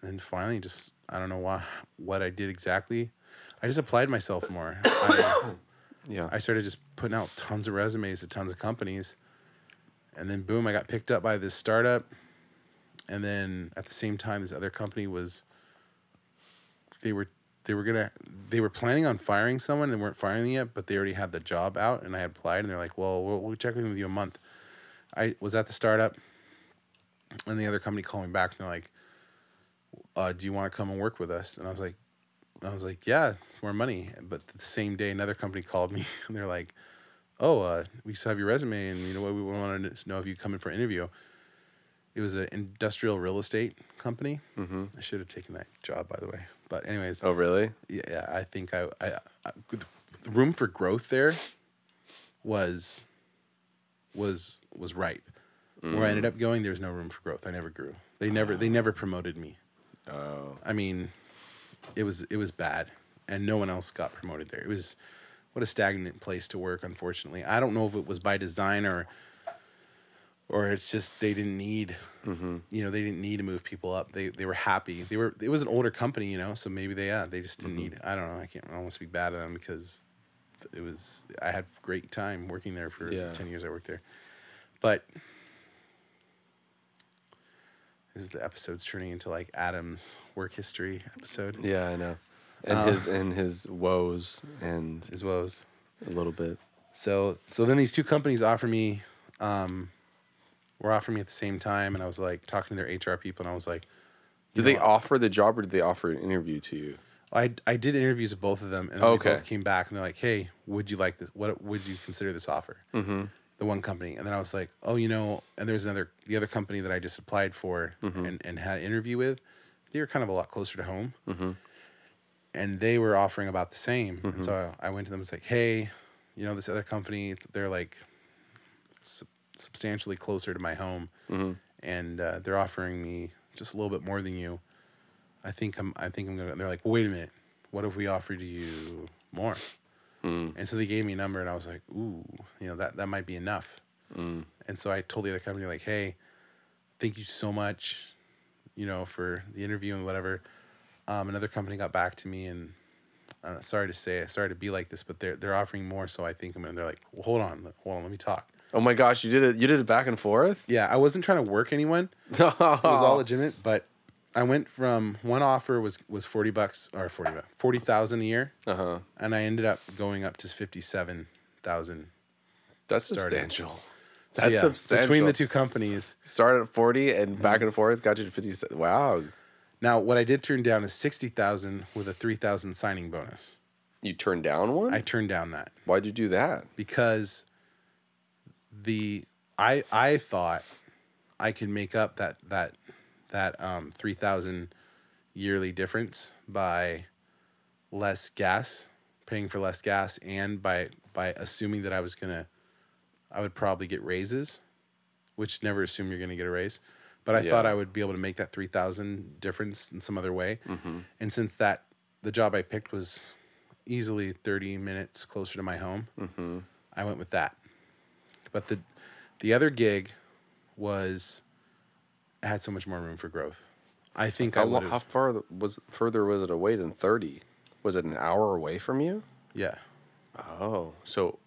and finally just i don't know why what i did exactly i just applied myself more I,
Yeah.
I started just putting out tons of resumes to tons of companies and then boom i got picked up by this startup and then at the same time this other company was they were they were gonna they were planning on firing someone and weren't firing yet but they already had the job out and i had applied and they're like well we'll, we'll check in with you in a month i was at the startup and the other company called me back and they're like uh, do you want to come and work with us? And I was like, I was like, yeah, it's more money. But the same day, another company called me and they're like, oh, uh, we still have your resume and you know what? We wanted to know if you come in for an interview. It was an industrial real estate company. Mm-hmm. I should have taken that job, by the way. But anyways,
Oh, really?
yeah, yeah, I think I, I, I the room for growth there was was was ripe. Where I ended up going, there was no room for growth. I never grew. They never they never promoted me.
Oh.
I mean, it was it was bad, and no one else got promoted there. It was what a stagnant place to work. Unfortunately, I don't know if it was by design or or it's just they didn't need you know they didn't need to move people up. They they were happy. They were it was an older company, you know, so maybe they yeah they just didn't need. I don't know. I can't. I don't want to speak bad of them because it was I had great time working there for
Yeah.
ten years. I worked there, but. This is the episode's turning into like Adam's work history episode.
Yeah, I know. And his and his woes and
as well as
a little bit.
so so then these two companies offer me um were offering me at the same time and I was like talking to their HR people and I was like
Did they offer the job or did they offer an interview to you?
I I did interviews with both of them and then
Okay.
they both came back and they're like hey would you like this what would you consider this offer mm-hmm. the one company and then I was like oh you know and there's another the other company that I just applied for and and had an interview with they were kind of a lot closer to home and they were offering about the same. And so I, I went to them and was like, hey, you know, this other company, it's, they're like sub- substantially closer to my home, and uh, they're offering me just a little bit more than you. I think I'm. I think I'm gonna. They're like, wait a minute, what if we offered you more? And so they gave me a number, and I was like, ooh, you know, that that might be enough. And so I told the other company like, hey, thank you so much, you know, for the interview and whatever um, another company got back to me and uh, sorry to say sorry to be like this but they're they're offering more so i think i'm and they're like well, hold on hold on let me talk
Oh my gosh, you did it! You did it back and forth.
yeah i wasn't trying to work anyone
No,
it was all legitimate but i went from one offer was was 40 bucks or 40 bu- 40000 a year
uh huh.
and i ended up going up to 57000
That's
Started.
substantial.
So,
That's
yeah,
substantial.
between the two Mm-hmm. companies
started at forty and back and forth got you to fifty. Wow,
now what i did turn down is 60000 with a 3000 signing bonus
you turned down one.
i turned down that
Why'd you do that?
because the I I thought I could make up that that that um three thousand yearly difference by less gas, paying for less gas, and by by assuming that I was gonna I would probably get raises, which never assume you're gonna get a raise. But I
Yeah.
thought I would be able to make that three thousand difference in some other way, and since that the job I picked was easily 30 minutes closer to my home. I went with that. But the the other gig was I had so much more room for growth. I think I
How, lo-
would
how
have
far was further was it away than thirty? Was it an hour away from you?
yeah.
Oh, so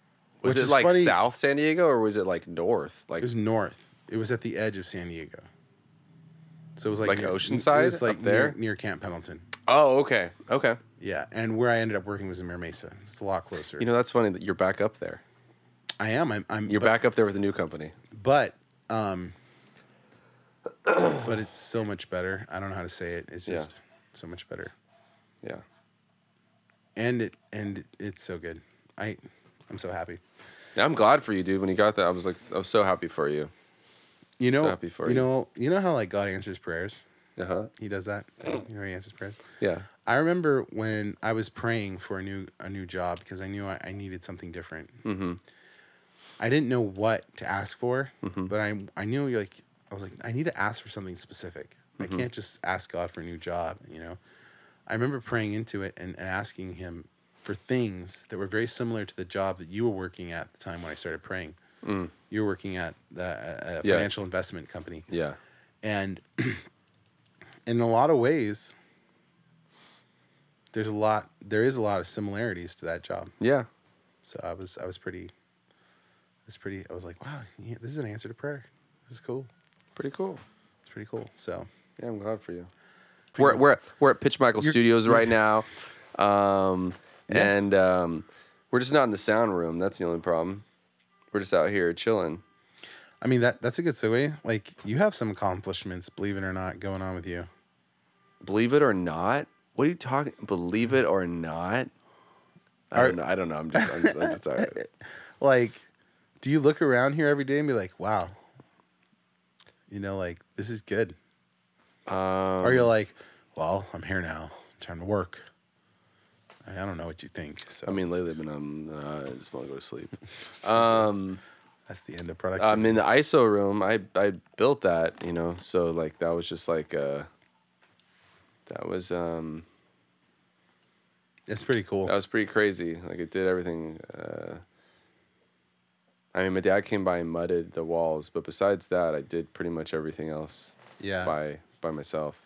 was
Which
it
is
like
funny-
South San Diego or was it like North?
It
Like
was north. It was at the edge of San Diego. So it was like
Like
near-
Oceanside
It was like
up there?
near, near Camp Pendleton.
oh, okay, okay.
Yeah, and where I ended up working was in Mira Mesa. It's a lot closer.
You know that's funny that you're back up there.
I am. I'm. I'm
You're
but,
back up there with a new company.
but um, but it's so much better. I don't know how to say it. It's
Yeah.
just so much better,
Yeah.
and it and it's so good. I I'm so happy.
I'm glad for you, dude. When you got that, I was like, I was so happy for you.
You know.
So happy for
you
you.
know. You know how like God answers prayers.
Uh huh.
He does that. You know he answers prayers.
Yeah.
I remember when I was praying for a new a new job because I knew I, I needed something different. Mm-hmm. I didn't know what to ask for, but I I knew like I was like I need to ask for something specific. I can't just ask God for a new job, you know. I remember praying into it and, and asking Him for things that were very similar to the job that you were working at the time when I started praying. You were working at the, a, a
Yeah.
financial investment company
Yeah.
and in a lot of ways there's a lot there is a lot of similarities to that job
Yeah.
so i was i was pretty i was pretty i was like wow yeah, this is an answer to prayer this is cool
Pretty cool.
it's pretty cool so
Yeah, I'm glad for you. We're we're we're at Pitch Michael Studios right now, um, and um, we're just not in the sound room. That's the only problem. We're just out here chilling.
i mean that that's a good segue like you have some accomplishments believe it or not going on with you
Believe it or not, what are you talking? Believe it or not, I
Are-
don't know. I don't know. I'm just I'm just, I'm just tired.
like do you look around here every day and be like wow you know like this is good
Um,
Or you're like, well, I'm here now. Time to work. I I don't know what you think. So
I mean, lately I've been um, uh, I just want to go to sleep. Um,
that's the end of product.
I'm Um, in the ISO room. I I built that, you know. So like that was just like uh, that was um.
it's pretty cool.
that was pretty crazy. Like it did everything. Uh, I mean, my dad came by and mudded the walls, but besides that, I did pretty much everything else
yeah.
by by myself.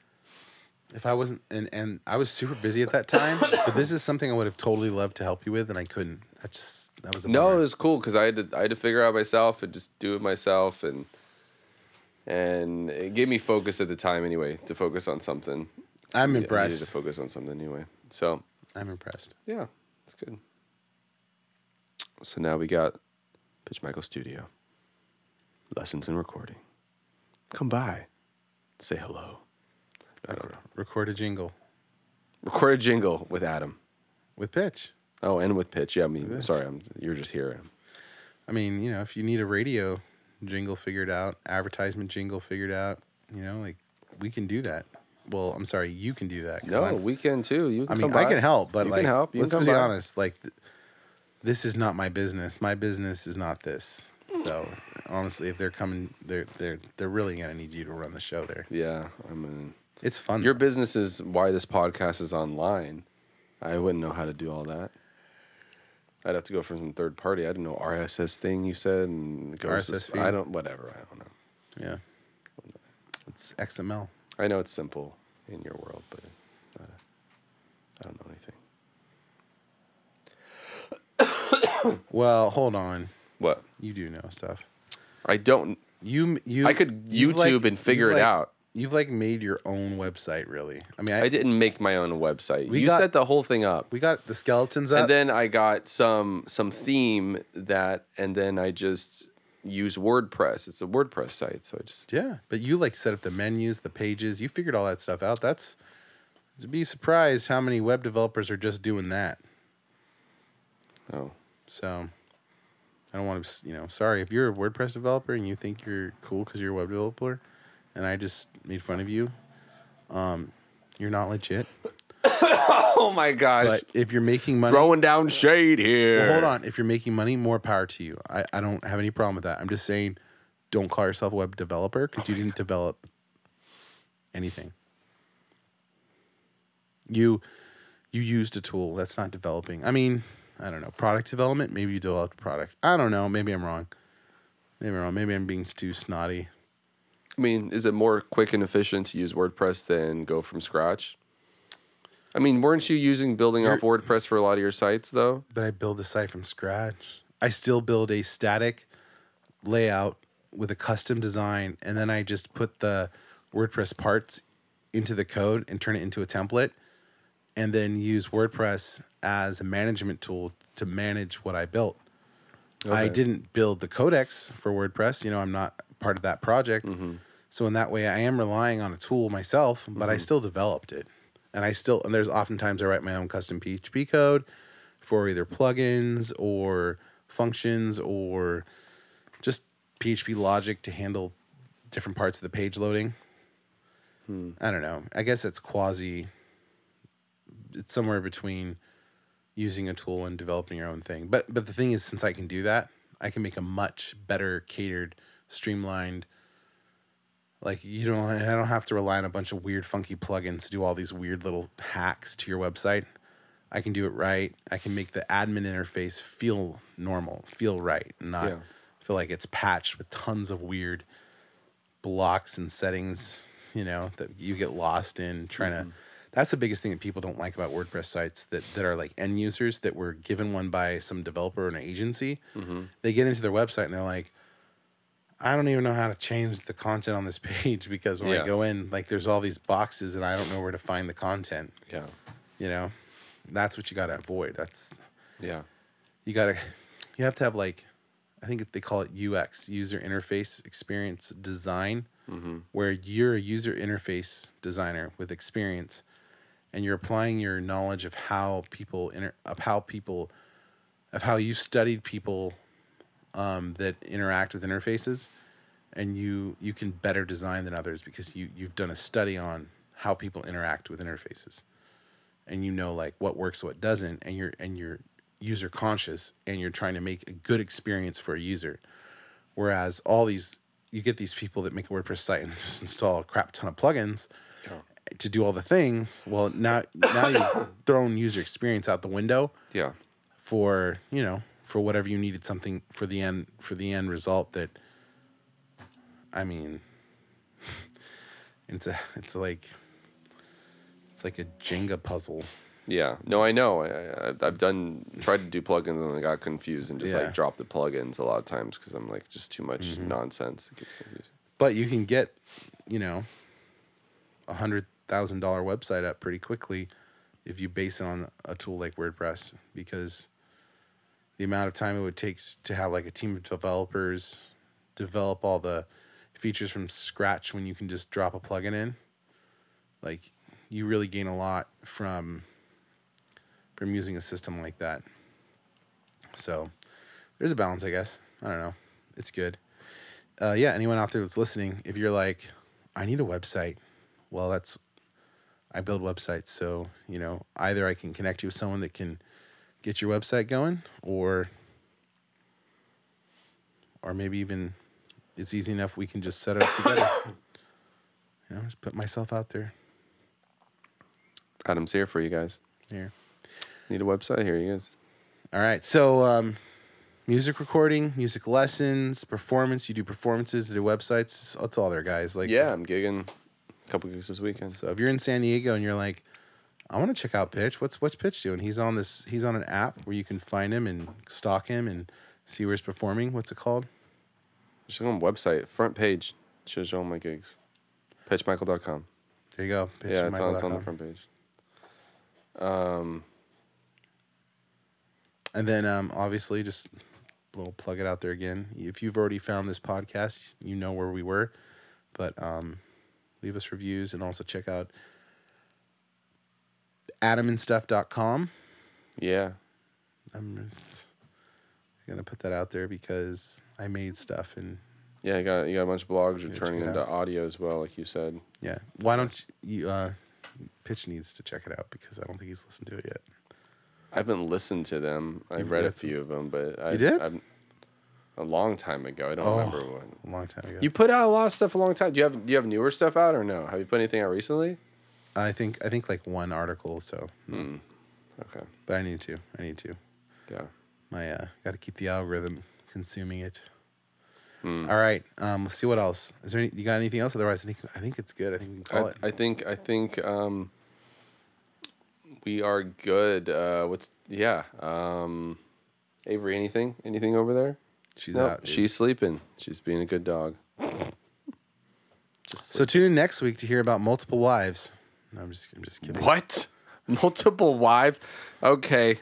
If I wasn't and and I was super busy at that time, but this is something I would have totally loved to help you with, and I couldn't. That just that was a
No, it
bummer.
was cool because I had to I had to figure out myself and just do it myself, and and it gave me focus at the time anyway to focus on something.
I'm
I needed
impressed.
to focus on something anyway. So
I'm impressed.
yeah, it's good. So now we got Pitch Michael Studio. Lessons in recording. Come by. Say hello. I don't know.
Record a jingle
Record a jingle with Adam.
with pitch.
Oh, and with Pitch. Yeah, I mean,
Yes.
sorry, I'm, you're just here.
I mean, you know, if you need a radio jingle figured out, advertisement jingle figured out, you know, like we can do that. Well, I'm sorry, you can do that. 'cause
No,
I'm-
we can too. You
I
can
mean,
come
I
by.
can help, but
you
like,
can help. You
let's
can come
be
by.
honest. Like, th- this is not my business. My business is not this. So honestly, if they're coming, they're they're they're really gonna need you to run the show there.
Yeah, I mean,
It's fun.
your business is why this podcast is online. I wouldn't know how to do all that. I'd have to go from some third party. I don't know RSS thing you said and go RSS.
RSS
I
feed.
don't. Whatever. I don't know.
yeah. It's XML.
I know it's simple in your world, but uh, I don't know anything.
Well, hold on.
What
You do know stuff.
I don't.
You you.
I could
you've,
YouTube and figure
you've,
it
like-
out.
You've like made your own website, really. I mean, I,
I didn't make my own website.
We
you
got-
set the whole thing up,
We got the skeletons up.
and then I got some some theme that, and then I just use WordPress. It's a WordPress site, so I just
Yeah, but you like set up the menus, the pages. You figured all that stuff out. That's you'd be surprised how many web developers are just doing that.
oh
So I don't want to, you know. Sorry if you're a WordPress developer and you think you're cool because you're a web developer, and I just made fun of you. Um, you're not legit.
oh my gosh,
But if you're making money,
throwing down shade
Well,
here.
hold on. If you're making money, more power to you. I, I don't have any problem with that. I'm just saying, don't call yourself a web developer because you didn't develop anything. You you used a tool that's not developing. I mean, I don't know. Product development, maybe you developed a product. I don't know. Maybe I'm wrong. Maybe I'm wrong. Maybe I'm being too snotty.
I mean, is it more quick and efficient to use WordPress than go from scratch? I mean, weren't you using building off WordPress for a lot of your sites though?
But I build a site from scratch. I still build a static layout with a custom design, and then I just put the WordPress parts into the code and turn it into a template, and then use WordPress as a management tool to manage what I built. I
Okay.
didn't build the codex for WordPress. You know, I'm not part of that project. So in that way, I am relying on a tool myself, but I still developed it. And I still and there's oftentimes I write my own custom PHP code for either plugins or functions or just PHP logic to handle different parts of the page loading. I don't know. I guess it's quasi it's somewhere between using a tool and developing your own thing. But but the thing is, since I can do that, I can make a much better catered, streamlined. Like you don't, I don't have to rely on a bunch of weird, funky plugins to do all these weird little hacks to your website. I can do it right. I can make the admin interface feel normal, feel right, and not
Yeah.
feel like it's patched with tons of weird blocks and settings, you know, that you get lost in trying to. That's the biggest thing that people don't like about WordPress sites that, that are like end users that were given one by some developer or an agency. They get into their website and they're like, I don't even know how to change the content on this page because when I
Yeah.
go in, like there's all these boxes and I don't know where to find the content,
Yeah.
you know? That's what you got to avoid. That's,
Yeah.
you got to, you have to have like, I think they call it UX, user interface experience design
Mm-hmm.
where you're a user interface designer with experience and you're applying your knowledge of how people inter- of how people of how you've studied people um, that interact with interfaces and you you can better design than others because you you've done a study on how people interact with interfaces and you know like what works what doesn't and you're and you're user conscious and you're trying to make a good experience for a user Whereas all these, you get these people that make a WordPress site and just install a crap ton of plugins
Yeah.
to do all the things. Well, now now you've thrown user experience out the window
Yeah.
for you know for whatever you needed something for the end for the end result that. I mean, it's a it's like it's like a Jenga puzzle.
Yeah. No, I know. I, I, I've- I've done tried to do plugins and I got confused and just
Yeah. Mm-hmm.
like dropped the plugins a lot of times because I'm like just too much nonsense. It gets confusing.
but you can get you know a hundred thousand dollar website up pretty quickly if you base it on a tool like wordpress because the amount of time it would take to have like a team of developers develop all the features from scratch when you can just drop a plugin in like you really gain a lot from from using a system like that so there's a balance i guess i don't know it's good uh, yeah, anyone out there that's listening, if you're like, I need a website, well, that's I build websites, so you know either I can connect you with someone that can get your website going, or or maybe even it's easy enough we can just set it up together. you know, just put myself out there.
Adam's here for you guys.
Here.
Need a website? Here he is.
All right. So, um, music recording, music lessons, performance. You do performances, you do websites. That's all there, guys. Like,
Yeah, I'm gigging a couple gigs this weekend.
So if you're in San Diego and you're like, I want to check out Pitch. What's what's Pitch doing? He's on this. He's on an app where you can find him and stalk him and see where he's performing. What's it called?
Just go on website, front page. Shows you all my gigs. PitchMichael.com.
There you go. Pitch
yeah,
and
it's on, it's on the
Michael.com.
front page.
And then um, obviously just a little plug it out there again. If you've already found this podcast, you know where we were. But um, leave us reviews and also check out adamandstuff.com.
Yeah.
I'm just gonna put that out there because I made stuff and
Yeah, you got you got a bunch of blogs. You're
Yeah, check
turning
it
into
out.
audio as well, like you said.
Yeah. Why don't you? Uh, Pitch needs to check it out because I don't think he's listened to it yet.
I haven't listened to them. I
You've
read a
read some-
few of them, but I,
You did?
I'm, a long time ago. I don't
Oh.
remember when.
A long time ago.
You put out a lot of stuff a long time. Do you have do you have newer stuff out or no? Have you put anything out recently? Hmm.
I think I think like one article. So
Okay.
but I need to. I need to.
Yeah.
My uh, got to keep the algorithm consuming it.
Hmm.
All right. Um, let's see what else. Is there any, you got anything else? Otherwise, I think I think it's good. I think we can call
I,
it.
I think I think um, we are good. Uh, what's yeah? Um, Avery, anything? Anything over there?
She's
Nope,
out. dude.
she's sleeping. She's being a good dog. Just
so tune in next week to hear about multiple wives. No, I'm just I'm just kidding.
what? Multiple wives? Okay.
You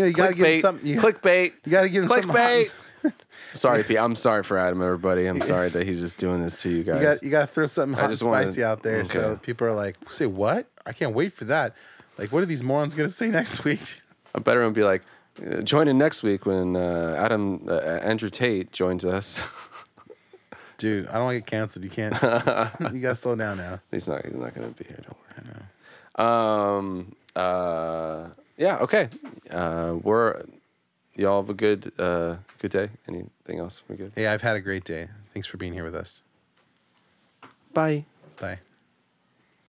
know, you gotta give
Clickbait.
them something. You,
Clickbait.
you gotta give them something. hot.
Clickbait. sorry, Pete. I'm sorry for Adam, everybody. I'm sorry that he's just doing this to you guys.
You got you got to throw something hot and
just wanna-
spicy out there, so
okay.
people are like, "Say what? I can't wait for that." Like, what are these morons gonna say next week?
A better one would be like, uh, join in next week when uh, Adam uh, Andrew Tate joins us.
Dude, I don't want to get canceled. You can't. you gotta slow down now.
he's not. He's not going to be here. Don't worry. Um. Uh. Yeah. Okay. Uh. We're. Y'all have a good. Uh. Good day. Anything else? We're good.
Hey, I've had a great day. Thanks for being here with us.
Bye.
Bye.